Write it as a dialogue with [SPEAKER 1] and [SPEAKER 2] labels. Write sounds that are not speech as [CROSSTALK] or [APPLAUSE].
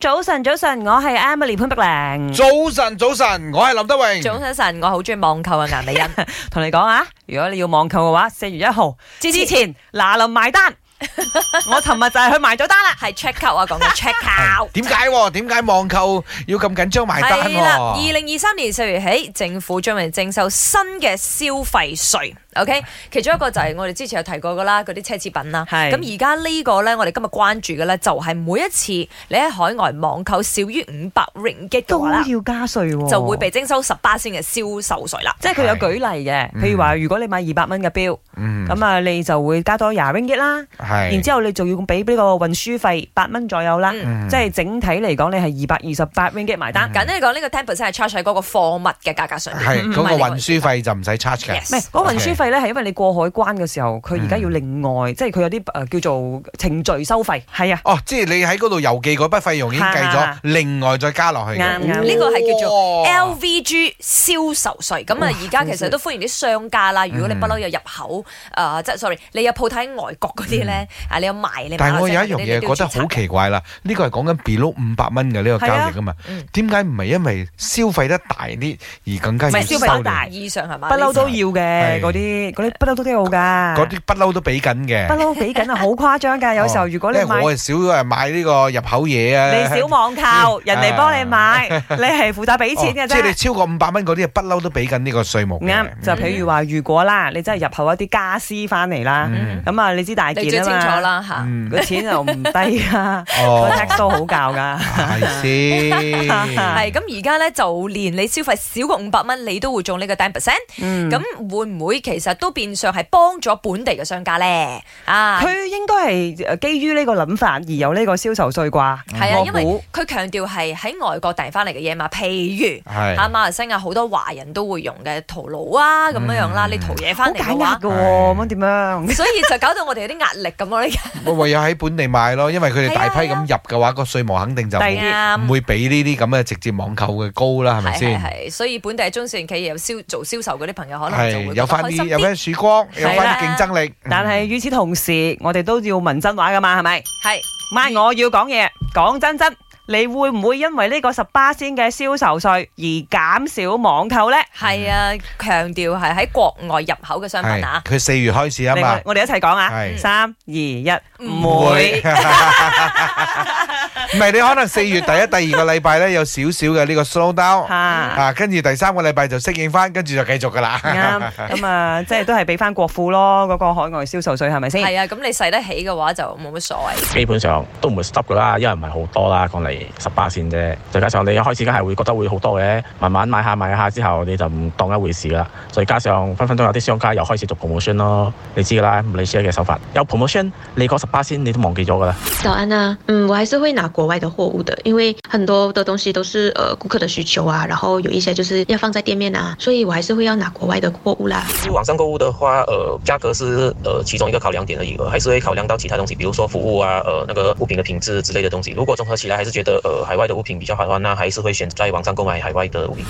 [SPEAKER 1] 早晨，早晨，我係 Emily 潘碧玲，
[SPEAKER 2] 早晨，早晨，我係林德榮。
[SPEAKER 3] 早晨晨，我好中意網購啊，顏美欣。
[SPEAKER 1] 同你講啊，如果你要網購嘅話，四月一號之
[SPEAKER 3] 前
[SPEAKER 1] 前嗱臨埋 [LAUGHS] 單，我尋日就係去埋咗單啦。
[SPEAKER 3] 係 check out 啊，講緊 check out。
[SPEAKER 2] 點解喎？點解網購要咁緊張埋單
[SPEAKER 3] 係
[SPEAKER 2] 喎？
[SPEAKER 3] 啦，二零二三年四月起，政府將會徵收新嘅消費稅。OK，其中一個就係我哋之前有提過噶啦，嗰啲奢侈品啦。
[SPEAKER 1] 係
[SPEAKER 3] 咁而家呢個咧，我哋今日關注嘅咧，就係每一次你喺海外網購少於五百 ringgit 嘅
[SPEAKER 1] 都
[SPEAKER 3] 話啦，
[SPEAKER 1] 要加稅喎，
[SPEAKER 3] 就會被徵收十八先嘅銷售稅啦。
[SPEAKER 1] 即係佢有舉例嘅，
[SPEAKER 2] 嗯
[SPEAKER 1] 譬如話如果你買二百蚊嘅表，
[SPEAKER 2] 嗯，
[SPEAKER 1] 咁啊你就會加多廿 ringgit 啦，
[SPEAKER 2] 係，
[SPEAKER 1] 然之後你仲要俾呢個運輸費八蚊左右啦，
[SPEAKER 3] 嗯，
[SPEAKER 2] 嗯
[SPEAKER 1] 即係整體嚟講你係二百二十八 ringgit 埋單。
[SPEAKER 3] 簡單嚟講，呢個 ten percent 係 charge 喺嗰個貨物嘅價格上面。
[SPEAKER 2] 係
[SPEAKER 1] 唔係
[SPEAKER 2] 嗰個
[SPEAKER 3] 你個
[SPEAKER 2] 運輸費就唔使 charge 嘅。
[SPEAKER 3] Yes
[SPEAKER 1] 唔係嗰個運輸
[SPEAKER 2] Okay
[SPEAKER 1] 費咧，係因為你過海關嘅時候，佢而家
[SPEAKER 2] 嗯
[SPEAKER 1] 要另外，即係佢有啲誒、呃叫做程序收費，係啊，
[SPEAKER 2] 哦，即係你喺嗰度郵寄嗰筆費用已經計
[SPEAKER 1] 係係係
[SPEAKER 2] 咗，另外再加落去嘅。
[SPEAKER 1] 啱啱
[SPEAKER 3] 呢個係叫
[SPEAKER 2] 做
[SPEAKER 3] LVG 銷售税，咁
[SPEAKER 1] 哇
[SPEAKER 3] 啊而家其實都歡迎啲商家
[SPEAKER 2] 嗯
[SPEAKER 3] 啦。如果你不嬲有入口，誒即係 sorry，你有鋪頭喺外國嗰啲咧，啊你有賣
[SPEAKER 2] 嗯
[SPEAKER 3] 你買
[SPEAKER 2] 但係我有
[SPEAKER 3] 嗰
[SPEAKER 2] 一
[SPEAKER 3] 啲
[SPEAKER 2] 樣
[SPEAKER 3] 你
[SPEAKER 2] 嘢
[SPEAKER 3] 都
[SPEAKER 2] 覺得
[SPEAKER 3] 要註冊
[SPEAKER 2] 好奇怪啦，呢個係講緊 below 五百蚊嘅呢個交易啊嘛
[SPEAKER 3] 嗯，
[SPEAKER 2] 點解唔係因為消費得大啲而更加
[SPEAKER 1] 唔
[SPEAKER 2] 要
[SPEAKER 1] 係消費
[SPEAKER 2] 收
[SPEAKER 1] 得
[SPEAKER 2] 你
[SPEAKER 1] 大
[SPEAKER 3] 以上係
[SPEAKER 1] 不
[SPEAKER 3] 嘛？
[SPEAKER 1] 嬲都
[SPEAKER 3] 呢
[SPEAKER 1] 要嘅
[SPEAKER 2] 啊係
[SPEAKER 1] 嗰啲，嗰啲不嬲都都有㗎，
[SPEAKER 2] 嗰啲不嬲都俾緊嘅
[SPEAKER 1] 不。嬲俾緊啊，好誇張㗎！有時候
[SPEAKER 2] [LAUGHS] 哦
[SPEAKER 1] 如果你
[SPEAKER 2] 因為
[SPEAKER 1] 買，
[SPEAKER 2] 我係少誒買呢個入口嘢啊，
[SPEAKER 1] 你少網購，
[SPEAKER 2] [LAUGHS]
[SPEAKER 1] 人哋幫你買，你係負責俾錢嘅
[SPEAKER 2] 哦即係你嗯
[SPEAKER 1] 啫。
[SPEAKER 2] 超過五百蚊嗰啲，不嬲都俾緊呢個稅目嘅。
[SPEAKER 1] 啱，就譬如話，如果啦，你真係入口一啲家私翻嚟啦，
[SPEAKER 2] 嗯
[SPEAKER 1] 咁啊，你知大
[SPEAKER 3] 你最
[SPEAKER 1] 件
[SPEAKER 3] 清
[SPEAKER 1] 啊
[SPEAKER 3] 楚
[SPEAKER 1] 嘛，
[SPEAKER 3] 啦嚇。
[SPEAKER 2] 嗯，
[SPEAKER 1] 個錢又唔低啊，個
[SPEAKER 2] [LAUGHS] 哦，
[SPEAKER 1] tax 都好教㗎。
[SPEAKER 2] [LAUGHS] 係先，
[SPEAKER 3] 係咁而家咧，就連你消費少過五百蚊，你都會中呢個 ten percent。
[SPEAKER 1] 嗯
[SPEAKER 3] 咁會唔會其實都變相係幫咗本地嘅商家咧？啊，
[SPEAKER 1] 佢應該係呃基於呢個諗法而有呢個銷售税啩，
[SPEAKER 3] 係啊，
[SPEAKER 1] 我
[SPEAKER 3] 因為
[SPEAKER 1] 估
[SPEAKER 3] 佢強調係喺外國訂翻嚟嘅嘢嘛，譬如。啊，
[SPEAKER 2] 係
[SPEAKER 3] 馬來西亞好多華人都會用嘅淘寶啊，咁樣樣啦，
[SPEAKER 2] 嗯
[SPEAKER 3] 你淘嘢
[SPEAKER 1] 好
[SPEAKER 3] 翻嚟
[SPEAKER 1] 解
[SPEAKER 3] 嘅
[SPEAKER 1] 壓
[SPEAKER 3] 話
[SPEAKER 1] 嘅，喎，咁點樣？
[SPEAKER 3] 所以就搞到我哋有啲壓力咁
[SPEAKER 2] [LAUGHS]
[SPEAKER 3] 咯。呢家
[SPEAKER 2] 我唯有喺本地買咯，因為佢哋大批咁入嘅話，個稅務肯定就
[SPEAKER 1] 第
[SPEAKER 2] 唔
[SPEAKER 1] 二
[SPEAKER 2] 唔會比呢啲咁嘅直接網購嘅高啦，係咪
[SPEAKER 3] 係係
[SPEAKER 2] 先？
[SPEAKER 3] 係，所以本地中小型企業有銷做銷售嗰啲朋友，可能就會
[SPEAKER 2] 係
[SPEAKER 3] 覺
[SPEAKER 2] 有
[SPEAKER 3] 得哦
[SPEAKER 2] 翻
[SPEAKER 3] 開心
[SPEAKER 2] 啲有翻曙光，有
[SPEAKER 1] 係
[SPEAKER 2] 翻
[SPEAKER 3] 啦
[SPEAKER 2] 啲競爭力。
[SPEAKER 1] 但係與此同時，我哋都要問真話㗎嘛，係咪？
[SPEAKER 3] 係
[SPEAKER 2] 嗯
[SPEAKER 1] 唔係，我要講嘢，講真真，你會唔會因為呢個十八仙嘅銷售税而減少網購呢？
[SPEAKER 3] 係啊，強調係喺國外入口嘅商品
[SPEAKER 2] 係
[SPEAKER 3] 啊。
[SPEAKER 2] 佢四月開始啊
[SPEAKER 1] 嚟
[SPEAKER 2] 嘛
[SPEAKER 1] 我，我哋一齊講啊！
[SPEAKER 2] 係
[SPEAKER 1] 三二一，
[SPEAKER 3] 唔會。
[SPEAKER 2] 唔係你可能四月第一、第二個禮拜咧有少少嘅呢個 slow down。 [LAUGHS]
[SPEAKER 1] 嚇
[SPEAKER 2] 啊，跟住第三個禮拜就適應翻，跟住就繼續噶啦。
[SPEAKER 1] 啱咁啊，即係都係俾翻國庫咯，嗰個海外銷售税係咪先？
[SPEAKER 3] 係啊，咁你使得起嘅話就冇乜所謂。
[SPEAKER 4] 基本上都唔會 stop 噶啦，因為唔係好多啦，講嚟十八線啫。再加上你一開始梗係會覺得會好多嘅，慢慢買下買下之後你就唔當一回事啦。再加上分分鐘有啲商家又開始做 promotion 咯，你知噶啦，唔理 share 嘅手法有 promotion，你嗰十八線你都忘記咗噶啦。
[SPEAKER 5] 早安啊，嗯，我还是会拿国外的货物的，因为很多的东西都是呃顾客的需求啊，然后有一些就是要放在店面啊，所以我还是会要拿国外的货物啦。
[SPEAKER 6] 去网上购物的话，呃，价格是呃其中一个考量点而已，呃，还是会考量到其他东西，比如说服务啊，呃，那个物品的品质之类的东西。如果综合起来，还是觉得呃海外的物品比较好的话，那还是会选在网上购买海外的物品。